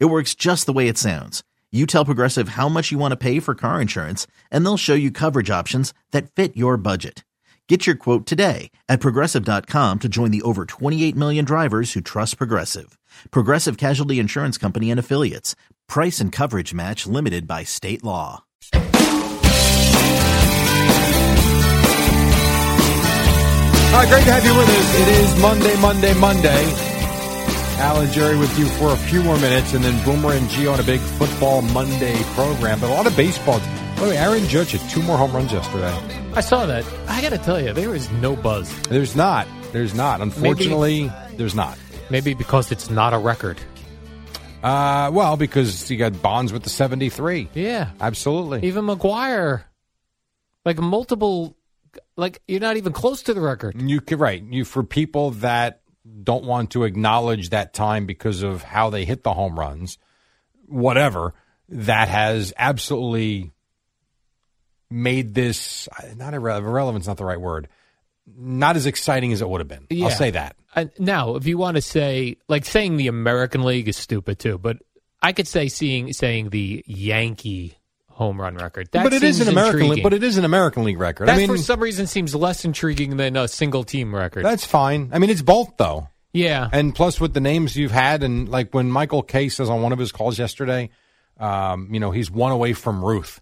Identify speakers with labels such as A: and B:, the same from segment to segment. A: It works just the way it sounds. You tell Progressive how much you want to pay for car insurance, and they'll show you coverage options that fit your budget. Get your quote today at progressive.com to join the over 28 million drivers who trust Progressive. Progressive Casualty Insurance Company and Affiliates. Price and coverage match limited by state law.
B: All right, great to have you with us. It is Monday, Monday, Monday. Al and Jerry with you for a few more minutes, and then Boomer and Gio on a big football Monday program. But a lot of baseball. By the way, Aaron Judge had two more home runs yesterday.
C: I saw that. I got to tell you, there is no buzz.
B: There's not. There's not. Unfortunately, there's not.
C: Maybe because it's not a record.
B: Uh, well, because he got bonds with the 73.
C: Yeah.
B: Absolutely.
C: Even McGuire, like multiple, like you're not even close to the record.
B: You could, right. You For people that don't want to acknowledge that time because of how they hit the home runs, whatever, that has absolutely made this not irre- irrelevant's not the right word. Not as exciting as it would have been.
C: Yeah.
B: I'll say that.
C: And now, if you want to say, like saying the American League is stupid too, but I could say seeing saying the Yankee home run record. That
B: but it is
C: seems
B: an American league,
C: intriguing.
B: but it is an American league record.
C: that
B: I mean,
C: for some reason seems less intriguing than a single team record.
B: that's fine. I mean, it's both though.
C: yeah.
B: And plus, with the names you've had, and like when Michael Kay says on one of his calls yesterday, um, you know, he's one away from Ruth.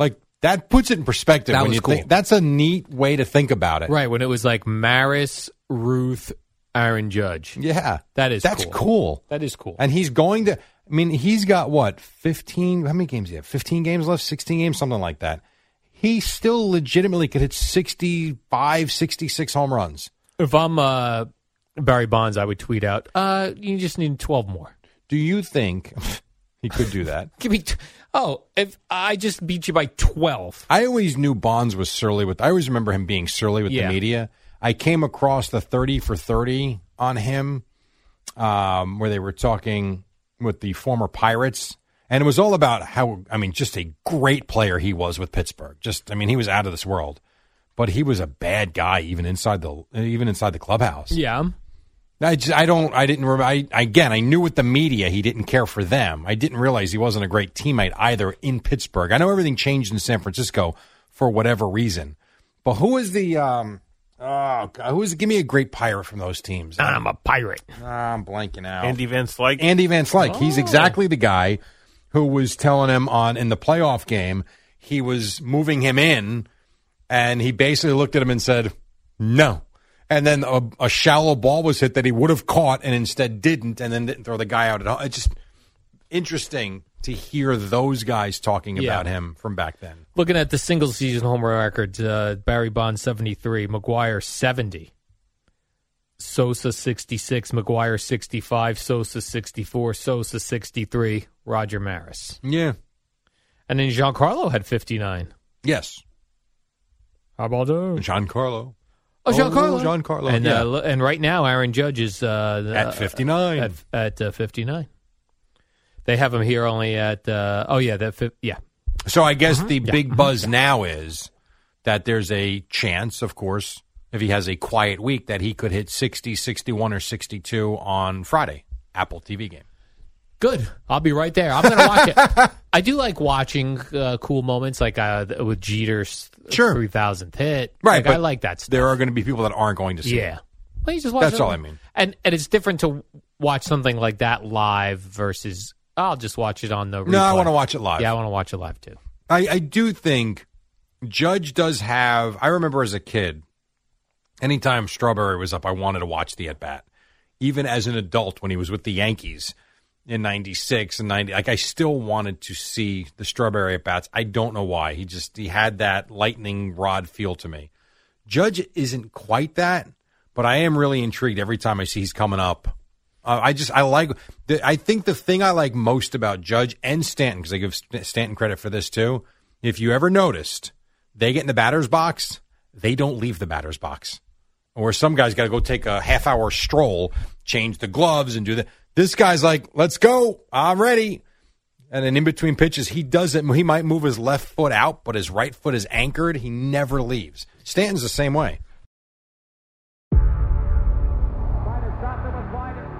B: Like that puts it in perspective.
C: That
B: when
C: was
B: you
C: cool.
B: think, that's a neat way to think about it.
C: right. When it was like Maris, Ruth, Aaron Judge.
B: Yeah.
C: That is
B: that's
C: cool.
B: cool.
C: That is cool.
B: And he's going to. I mean, he's got what fifteen? How many games? do you have fifteen games left, sixteen games, something like that. He still legitimately could hit 65, 66 home runs.
C: If I'm uh, Barry Bonds, I would tweet out, uh, "You just need 12 more."
B: Do you think he could do that?
C: Give me. T- oh, if I just beat you by 12,
B: I always knew Bonds was surly with. I always remember him being surly with
C: Yeah.
B: the media. I came across the thirty for thirty on him, um, where they were talking with the former Pirates, and it was all about how I mean, just a great player he was with Pittsburgh. Just I mean, he was out of this world, but he was a bad guy even inside the even inside the clubhouse.
C: yeah,
B: I just, I don't I didn't remember. I, again, I knew with the media he didn't care for them. I didn't realize he wasn't a great teammate either in Pittsburgh. I know everything changed in San Francisco for whatever reason, but who is the um oh God, who is give me a great pirate from those teams? I'm,
C: I'm a pirate.
B: I'm blanking out.
D: Andy Van Slyke.
B: Andy Van Slyke. He's
C: Oh.
B: exactly the guy who was telling him on in the playoff game he was moving him in, and he basically looked at him and said, "No." And then a, a shallow ball was hit that he would have caught, and instead didn't, and then didn't throw the guy out at all. It's just interesting to hear those guys talking
C: Yeah.
B: about him from back then.
C: Looking at the single season home run records, uh, Barry Bonds 73, McGuire 70, Sosa 66, McGuire 65, Sosa 64, Sosa 63, Roger Maris,
B: Yeah.
C: and then Giancarlo had 59.
B: Yes.
C: How about that?
B: Giancarlo
C: Oh, Giancarlo.
B: Oh, Giancarlo,
C: And,
B: yeah.
C: uh, l- and right now, Aaron Judge is uh,
B: at
C: uh,
B: fifty nine.
C: at, at uh, 59. They have him here only at, uh, oh, yeah, that, fi- yeah.
B: So I
C: Mm-hmm.
B: guess the big buzz now is that there's a chance, of course, if he has a quiet week, that he could hit 60, 61, or 62 on Friday, Apple TV game.
C: Good. I'll be right there. I'm going to watch it. I do like watching uh, cool moments like uh, th- with Jeter's
B: Sure.
C: 3,000th hit.
B: Right,
C: Like, I
B: but
C: like that stuff.
B: There are going to be people that aren't going to see it.
C: yeah. Well, you just watch
B: That's
C: it.
B: all I mean.
C: And, and it's different to watch something like that live versus I'll just watch it on the
B: No, I
C: replay.
B: want to watch it live.
C: Yeah, I want to watch it live too.
B: I, I do think Judge does have. I remember as a kid, anytime Strawberry was up, I wanted to watch the at bat. Even as an adult, when he was with the Yankees in '96 and '90, like I still wanted to see the Strawberry at bats. I don't know why. He just he had that lightning rod feel to me. Judge isn't quite that, but I am really intrigued every time I see he's coming up Uh, I just I like the, I think the thing I like most about Judge and Stanton because I give St- Stanton credit for this too. If you ever noticed, they get in the batter's box, they don't leave the batter's box. Or some guy's got to go take a half hour stroll, change the gloves, and do that. This guy's like, "Let's go, I'm ready." And then in between pitches, he doesn't. He might move his left foot out, but his right foot is anchored. He never leaves. Stanton's the same way.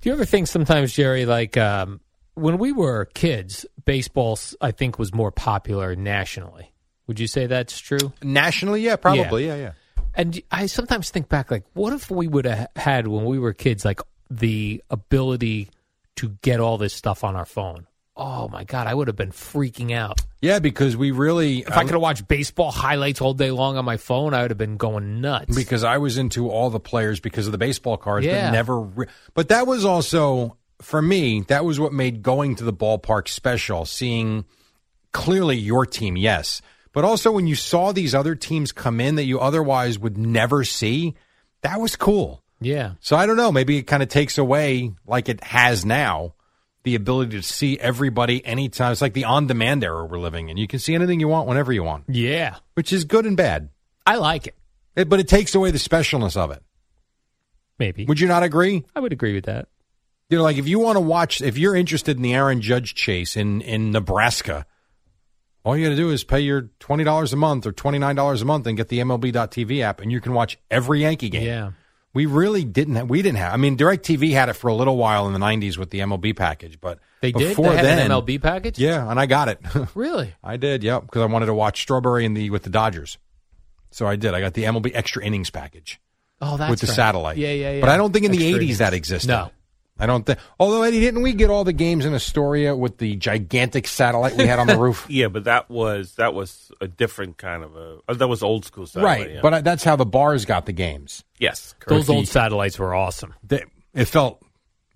C: Do you ever think sometimes, Jerry, like um, when we were kids, baseball, s- I think, was more popular nationally? Would you say that's true?
B: Nationally, yeah, probably, yeah, yeah.
C: And I sometimes think back, like, what if we would have had when we were kids, like, the ability to get all this stuff on our phone? Oh my God, I would have been freaking out.
B: Yeah, because we really. um,
C: If I could have watched baseball highlights all day long on my phone, I would have been going nuts.
B: because I was into all the players because of the baseball cards,
C: Yeah.
B: but never. Re- but that was also for me. That was what made going to the ballpark special. Seeing clearly your team, yes, but also when you saw these other teams come in that you otherwise would never see, that was cool.
C: yeah.
B: So I don't know. Maybe it kind of takes away, like it has now, the ability to see everybody anytime. It's like the on-demand era we're living in. You can see anything you want whenever you want,
C: Yeah.
B: which is good and bad.
C: I like it.
B: It, but it takes away the specialness of it.
C: Maybe.
B: Would you not agree?
C: I would agree with that.
B: You know, like if you want to watch, if you're interested in the Aaron Judge chase in in Nebraska, all you got to do is pay your twenty dollars a month or twenty nine dollars a month and get the MLB.TV app, and you can watch every Yankee game.
C: Yeah.
B: We really didn't. Have, we didn't have. I mean, DirecTV had it for a little while in the '90s with the MLB package, but
C: They did.
B: before
C: They had
B: then,
C: an MLB package?
B: Yeah, and I got it.
C: Really?
B: I did. Yep, because I wanted to watch Strawberry in the with the Dodgers, so I did. I got the MLB extra innings package
C: Oh, that's
B: with the
C: right.
B: satellite.
C: Yeah, yeah, yeah.
B: But I don't think in the
C: Extra
B: eighties that
C: innings.
B: existed.
C: No.
B: I don't think. Although Eddie, didn't we get all the games in Astoria with the gigantic satellite we had on the roof?
E: Yeah, but that was that was a different kind of a uh, that was old school satellite.
B: right.
E: yeah.
B: But I, that's how the bars got the games.
E: yes, correct.
C: Those old satellites were awesome.
B: They, it felt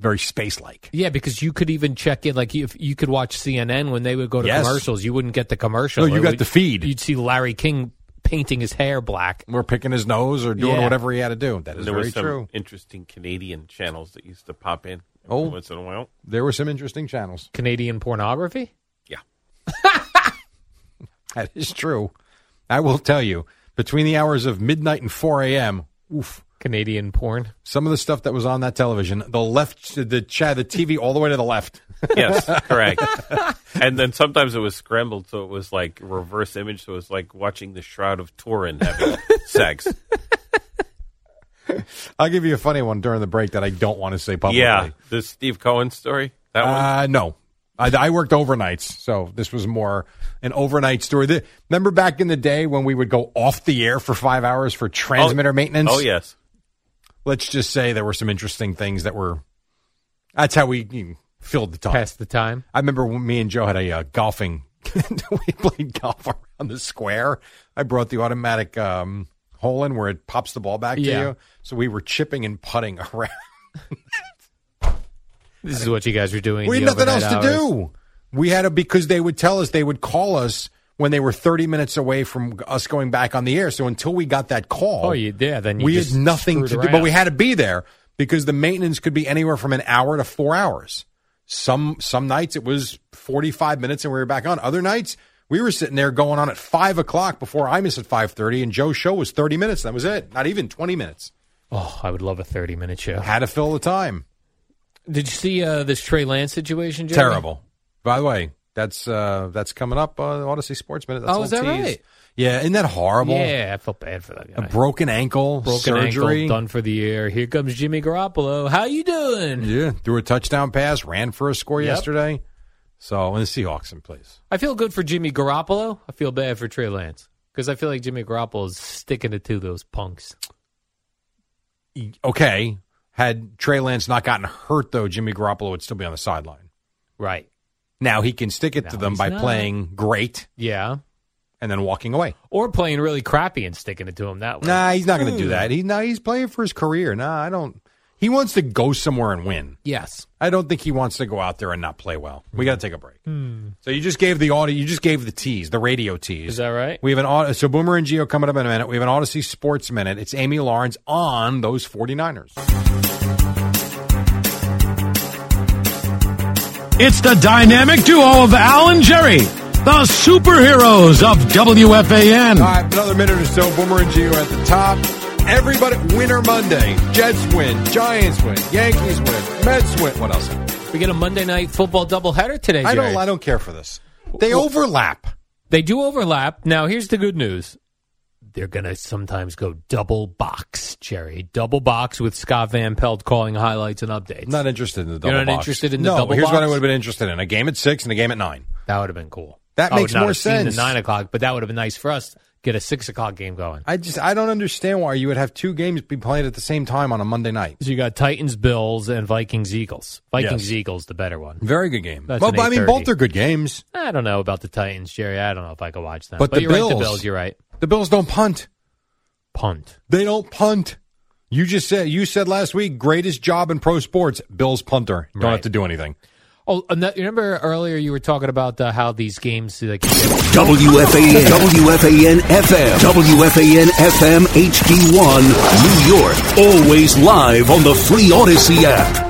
B: very space like.
C: Yeah, because you could even check in. Like, if you could watch CNN when they would go to
B: Yes.
C: commercials, you wouldn't get the commercial.
B: No, you
C: It
B: got
C: would-
B: the feed.
C: You'd see Larry King painting his hair black.
B: We're picking his nose or doing
C: Yeah.
B: whatever he had to do. That is
E: there
B: very
E: was some
B: true.
E: interesting Canadian channels that used to pop in every
B: Oh.
E: once in a while.
B: There were some interesting channels.
C: Canadian pornography?
E: Yeah,
B: That is true. I will tell you, between the hours of midnight and 4 a.m., oof,
C: Canadian porn?
B: some of the stuff that was on that television, the left, the, chat, the TV all the way to the left.
E: yes, correct. And then sometimes it was scrambled, so it was like reverse image. So it was like watching the Shroud of Turin having sex.
B: I'll give you a funny one during the break that I don't want to say publicly.
E: Yeah, the Steve Cohen story. That one.
B: Uh, no. I, I worked overnights, so this was more an overnight story. The- remember back in the day when we would go off the air for five hours for transmitter maintenance?
E: Oh yes,
B: Let's just say there were some interesting things that were. That's how we you know, filled the time.
C: Past the time?
B: I remember when me and Joe had a uh, golfing. we played golf around the square. I brought the automatic um, hole in where it pops the ball back
C: Yeah.
B: to you. So we were chipping and putting around.
C: This is what you guys were doing.
B: we
C: in
B: had
C: the
B: nothing else
C: overnight
B: to
C: hours.
B: do. We had to because they would tell us they would call us when they were 30 minutes away from us going back on the air. So until we got that call,
C: Oh, you, yeah, then you
B: we had
C: just
B: nothing to
C: screwed
B: do. But we
C: around.
B: had to be there because the maintenance could be anywhere from an hour to four hours. Some some nights it was 45 minutes and we were back on. Other nights we were sitting there going on at five o'clock before I missed at 5:30 and Joe's show was 30 minutes. That was it. Not even 20 minutes.
C: Oh, I would love a 30 minute show.
B: Had to fill the time.
C: Did you see uh, this Trey Lance situation, Jerry?
B: Terrible. By the way, that's uh, that's coming up uh, Odyssey Sports Minute. That's
C: Oh,
B: a
C: is
B: little
C: that
B: tease.
C: right?
B: Yeah, isn't that horrible?
C: Yeah, I felt bad for that
B: A
C: guy.
B: broken ankle,
C: Broken
B: surgery.
C: ankle, done for the year. Here comes Jimmy Garoppolo. How you doing?
B: Yeah, threw a touchdown pass, ran for a score
C: Yep.
B: yesterday. So, and the Seahawks in place.
C: I feel good for Jimmy Garoppolo. I feel bad for Trey Lance because I feel like Jimmy Garoppolo's sticking it to those punks.
B: Okay, had Trey Lance not gotten hurt though, Jimmy Garoppolo would still be on the sideline.
C: Right.
B: Now he can stick it to
C: No,
B: them
C: he's
B: by
C: not.
B: playing great
C: Yeah.
B: and then walking away.
C: Or playing really crappy and sticking it to him that way.
B: Nah, he's not going
C: Hmm.
B: to do that. He nah, he's playing for his career. Nah, I don't. He wants to go somewhere and win.
C: Yes.
B: I don't think he wants to go out there and not play well. We got to take a break. So you just gave the audio. You just gave the tease, the radio tease.
C: Hmm. Is that right?
B: We have an au- so Boomer and Geo coming up in a minute. We have an Odyssey Sports Minute. It's Amy Lawrence on those 49ers.
F: It's the dynamic duo of Al and Jerry, the superheroes of WFAN.
B: All right, another minute or so. Boomer and Geo at the top. Everybody, Winner Monday. Jets win. Giants win. Yankees win. Mets win. What else?
C: We get a Monday night football doubleheader today.
B: I
C: Jerry.
B: don't. I don't care for this. They overlap.
C: They do overlap. Now, here's the good news. They're going to sometimes go double box, Jerry. Double box with Scott Van Pelt calling highlights and updates.
B: I'm not interested in the double
C: not
B: box.
C: interested in the
B: no,
C: double
B: here's what
C: box?
B: I would have been interested in. A game at 6 and a game at 9.
C: that would have been cool.
B: That
C: I would
B: makes
C: not
B: more
C: have seen
B: sense.
C: the 9 o'clock, but that would have been nice for us. Get a 6 o'clock game going.
B: I just I don't understand why you would have two games be played at the same time on a Monday night.
C: So you got Titans, Bills, and Vikings, Eagles. Vikings, Eagles, the better one.
B: Very good game.
C: That's
B: well,
C: an
B: but I mean
C: 8:30.
B: both are good games.
C: I don't know about the Titans, Jerry. I don't know if I could watch them.
B: But the
C: you're right,
B: Bills-
C: the Bills, you're right.
B: The Bills don't punt.
C: Punt.
B: They don't punt. You just said you said last week greatest job in pro sports, Bills punter. Don't
C: Right.
B: have to do anything.
C: Oh, and that- you remember earlier you were talking about uh, how these games, like,
G: WFAN, WFAN FM, WFAN FM HD1, New York. Always live on the free Odyssey app.